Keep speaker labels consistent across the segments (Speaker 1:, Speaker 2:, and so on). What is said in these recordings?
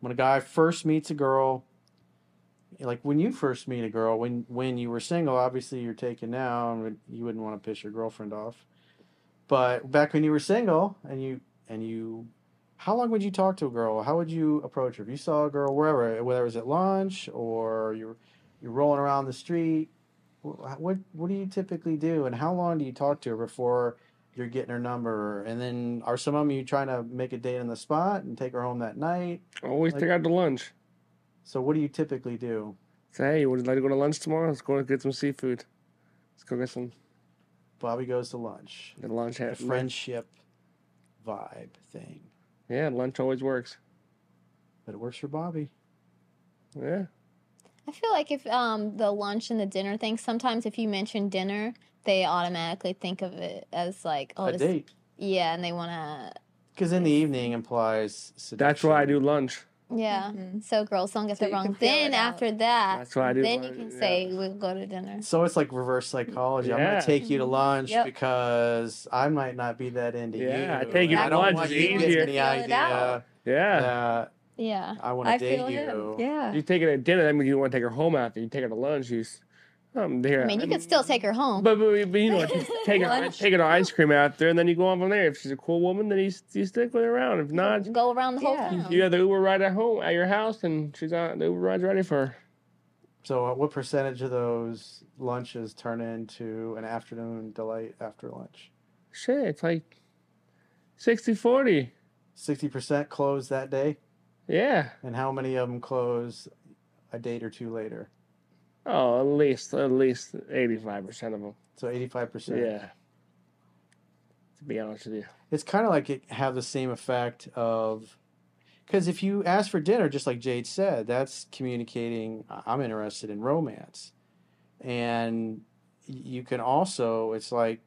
Speaker 1: when a guy first meets a girl, like when you first meet a girl, when when you were single, obviously you're taken now, and would- you wouldn't want to piss your girlfriend off. But back when you were single, and you and you, how long would you talk to a girl? How would you approach her? If you saw a girl wherever, whether it was at lunch or you're you're rolling around the street, wh- what what do you typically do, and how long do you talk to her before? you're getting her number, and then are some of them you trying to make a date on the spot and take her home that night?
Speaker 2: Always
Speaker 1: Like-
Speaker 2: take out to lunch.
Speaker 1: So what do you typically do?
Speaker 2: Say, hey, would you like to go to lunch tomorrow? Let's go get some seafood. Let's go get some
Speaker 1: Bobby goes to lunch.
Speaker 2: get lunch.
Speaker 1: The
Speaker 2: At,
Speaker 1: friendship vibe thing,
Speaker 2: Yeah, lunch always works.
Speaker 1: but it works for Bobby.
Speaker 2: Yeah.
Speaker 3: I feel like if um the lunch and the dinner thing, sometimes if you mention dinner, they automatically think of it as like oh
Speaker 1: a
Speaker 3: this,
Speaker 1: date,
Speaker 3: yeah, and they want
Speaker 1: because in the evening implies seduction.
Speaker 2: That's why I do lunch.
Speaker 3: to yeah.
Speaker 4: Mhm.
Speaker 3: So girls don't get
Speaker 4: So
Speaker 3: the
Speaker 4: you can
Speaker 3: wrong.
Speaker 4: feel
Speaker 3: Then
Speaker 4: it out.
Speaker 3: after that,
Speaker 2: That's why I do
Speaker 3: Then you
Speaker 2: lunch,
Speaker 3: can
Speaker 2: yeah.
Speaker 3: say we'll go to dinner.
Speaker 1: So it's like reverse psychology. I'm
Speaker 2: Yeah.
Speaker 1: gonna take you to lunch
Speaker 4: Mm-hmm. Yep.
Speaker 1: because I might not be that into you.
Speaker 2: Yeah, I take
Speaker 4: you
Speaker 1: and
Speaker 4: to
Speaker 1: I don't
Speaker 4: lunch,
Speaker 1: want
Speaker 4: it's
Speaker 1: you to
Speaker 4: easier.
Speaker 1: get the
Speaker 4: Feel it
Speaker 1: idea
Speaker 4: out.
Speaker 2: Yeah.
Speaker 1: that
Speaker 3: Yeah.
Speaker 1: I want
Speaker 4: I
Speaker 1: to date
Speaker 4: feel
Speaker 1: you.
Speaker 4: him. Yeah.
Speaker 2: You take it at dinner, that means you want to take her home after. You take her to lunch. You, s- um, here.
Speaker 3: I mean, you can still take her home.
Speaker 2: But, but, but you know, what, take her,
Speaker 4: Lunch.
Speaker 2: take her to ice cream after, and then you go on from there. If she's a cool woman, then you, s- you stick with her around. If not,
Speaker 3: go around the whole
Speaker 4: Yeah.
Speaker 3: town.
Speaker 2: you have the Uber ride at home at your house, and she's on the Uber ride's ready for her.
Speaker 1: So, uh, what percentage of those lunches turn into an afternoon delight after lunch?
Speaker 2: Shit, it's like 60 40.
Speaker 1: 60% close that day,
Speaker 2: Yeah.
Speaker 1: and how many of them close a date or two later?
Speaker 2: Oh, at least at least 85% of them.
Speaker 1: So 85%.
Speaker 2: Yeah. To be honest with you.
Speaker 1: It's kind of like it have the same effect of because if you ask for dinner, just like Jade said, that's communicating "I- I'm interested in romance, and y- you can also it's like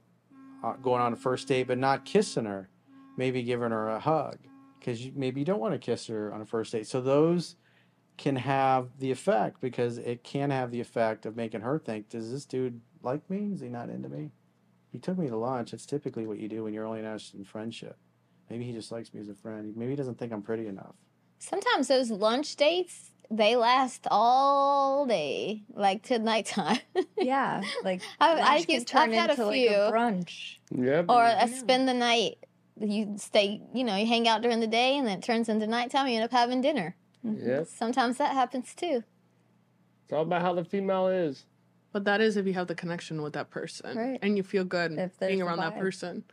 Speaker 1: uh, going on a first date but not kissing her, maybe giving her a hug because you, maybe you don't want to kiss her on a first date. So those can have the effect because it can have the effect of making her think, does this dude like me? Is he not into me? He took me to lunch. That's typically what you do when you're only interested in friendship. Maybe he just likes me as a friend. Maybe he doesn't think I'm pretty enough.
Speaker 3: Sometimes those lunch dates they last all day, like to nighttime.
Speaker 4: Yeah. Like
Speaker 3: I- I
Speaker 4: lunch
Speaker 3: used-
Speaker 4: can turn
Speaker 3: I've had a
Speaker 4: into
Speaker 3: few.
Speaker 4: like a brunch.
Speaker 2: Yep.
Speaker 3: or
Speaker 4: Yeah.
Speaker 3: uh, spend the night. You stay, you know, you hang out during the day, and then it turns into nighttime. You end up having dinner.
Speaker 2: yep.
Speaker 3: Sometimes that happens too,
Speaker 2: It's all about how the female is.
Speaker 5: But that is if you have the connection with that person,
Speaker 4: Right.
Speaker 5: and you feel good
Speaker 4: If there's
Speaker 5: being
Speaker 4: the
Speaker 5: around that
Speaker 4: vibe.
Speaker 5: person.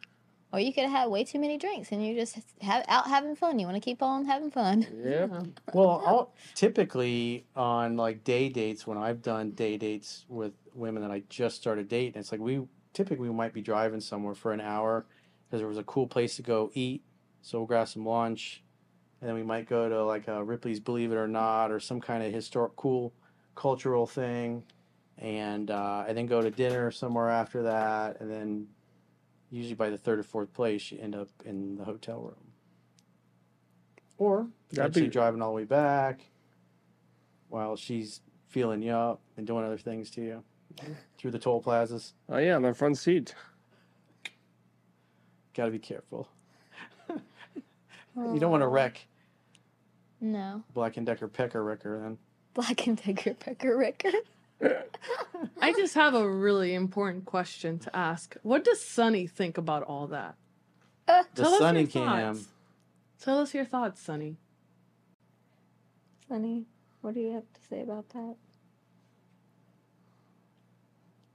Speaker 3: or you could have way too many drinks, and you just have out having fun. You want to keep on having fun.
Speaker 2: Yep.
Speaker 5: Mm-hmm. Uh-huh.
Speaker 1: Well, I'll, typically on like day dates, when I've done day dates with women that I just started dating, it's like we typically we might be driving somewhere for an hour because there was a cool place to go eat. So we'll grab some lunch, and then we might go to like a Ripley's Believe It or Not or some kind of historic, cool cultural thing, and uh, and then go to dinner somewhere after that, and then usually by the third or fourth place, you end up in the hotel room. Or
Speaker 2: That'd
Speaker 1: actually
Speaker 2: be-
Speaker 1: driving all the way back while she's feeling you up and doing other things to you through the toll plazas.
Speaker 2: Oh yeah, on the front seat.
Speaker 1: Got to be careful. You don't want to wreck
Speaker 3: No,
Speaker 1: Black and Decker Pecker Wrecker then.
Speaker 3: Black and Decker Pecker Ricker.
Speaker 5: I just have a really important question to ask. What does Sunny think about all that?
Speaker 1: The
Speaker 5: Tell us
Speaker 1: Sunny
Speaker 5: your
Speaker 1: Cam.
Speaker 5: thoughts. Tell us your thoughts, Sunny.
Speaker 3: Funny. What do you have to say about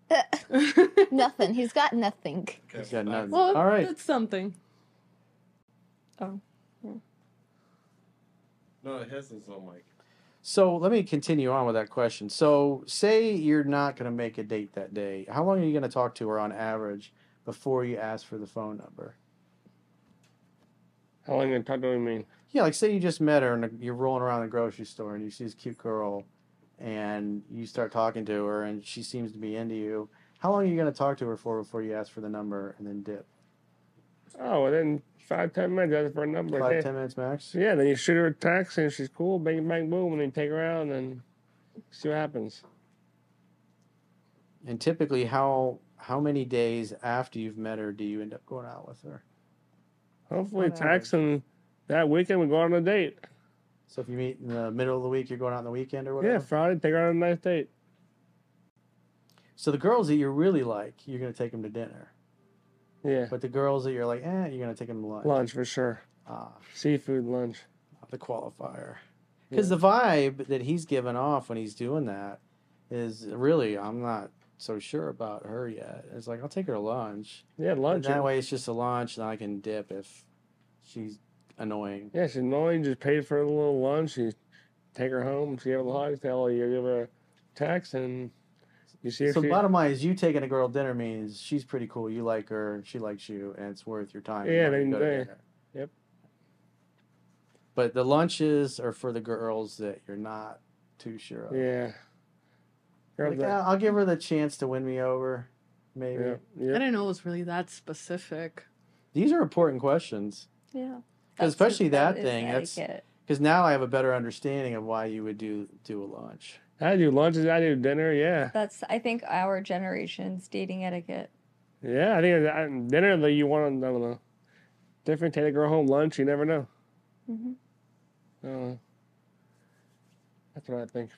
Speaker 3: that? nothing. He's got nothing.
Speaker 1: He's got nothing.
Speaker 5: Well,
Speaker 1: all right.
Speaker 5: that's something.
Speaker 6: No, it has its own mic.
Speaker 1: So let me continue on with that question. So say you're not going to make a date that day. How long are you going to talk to her on average before you ask for the phone number?
Speaker 2: How long you gonna talk to me mean?
Speaker 1: Yeah, like say you just met her and you're rolling around the grocery store and you see this cute girl and you start talking to her and she seems to be into you. How long are you going to talk to her for before you ask for the number and then dip?
Speaker 2: Oh, and then five, ten minutes that's for a number.
Speaker 1: Five,
Speaker 2: Okay.
Speaker 1: ten minutes max?
Speaker 2: So yeah, then you shoot her a text and she's cool, bang, bang, boom, and then you take her out and then see what happens.
Speaker 1: And typically, how how many days after you've met her do you end up going out with her?
Speaker 2: Hopefully,
Speaker 4: Whatever.
Speaker 2: text and that weekend we go on a date.
Speaker 1: So if you meet in the middle of the week, you're going out on the weekend or whatever.
Speaker 2: Yeah, Friday, take her on a nice date.
Speaker 1: So the girls that you really like, you're going to take them to dinner.
Speaker 2: Yeah,
Speaker 1: But the girls that you're like, eh, you're going to take them to lunch.
Speaker 2: lunch for sure.
Speaker 1: Ah,
Speaker 2: Seafood lunch.
Speaker 1: the qualifier. Because the vibe that he's giving off when he's doing that is really, I'm not so sure about her yet. It's like, I'll take her to lunch.
Speaker 2: Yeah,
Speaker 1: And
Speaker 2: lunch.
Speaker 1: that way, it's just a lunch, and I can dip if she's annoying.
Speaker 2: Yeah, she's annoying. Just paid for a little lunch. You take her home. She have a hot tell. You give her a text and you see if
Speaker 1: So,
Speaker 2: she.
Speaker 1: bottom line is, you taking a girl to dinner means she's pretty cool. You like her, and she likes you, and it's worth your time. and
Speaker 2: Yeah,
Speaker 1: money to
Speaker 2: they-
Speaker 1: go to
Speaker 2: they-
Speaker 1: dinner.
Speaker 2: yep.
Speaker 1: But the lunches are for the girls that you're not too sure of.
Speaker 2: yeah. Grab
Speaker 1: Like,
Speaker 2: that.
Speaker 1: "Ah, I'll give her the chance to win me over, maybe.
Speaker 2: Yeah,
Speaker 5: I
Speaker 2: yeah.
Speaker 5: didn't know it was really that specific.
Speaker 1: These are important questions.
Speaker 4: Yeah.
Speaker 1: especially that
Speaker 4: is
Speaker 1: thing, that's-
Speaker 4: etiquette.
Speaker 1: because now I have a better understanding of why you would do do a lunch.
Speaker 2: I do lunches. I do dinner. Yeah,
Speaker 4: That's I think our generation's dating etiquette.
Speaker 2: yeah. I think that- I- dinner that you want. I don't know. Different. Take a girl home
Speaker 1: Mm-hmm.
Speaker 2: lunch. You never know.
Speaker 4: Mhm.
Speaker 2: I don't know. Uh, That's what I think.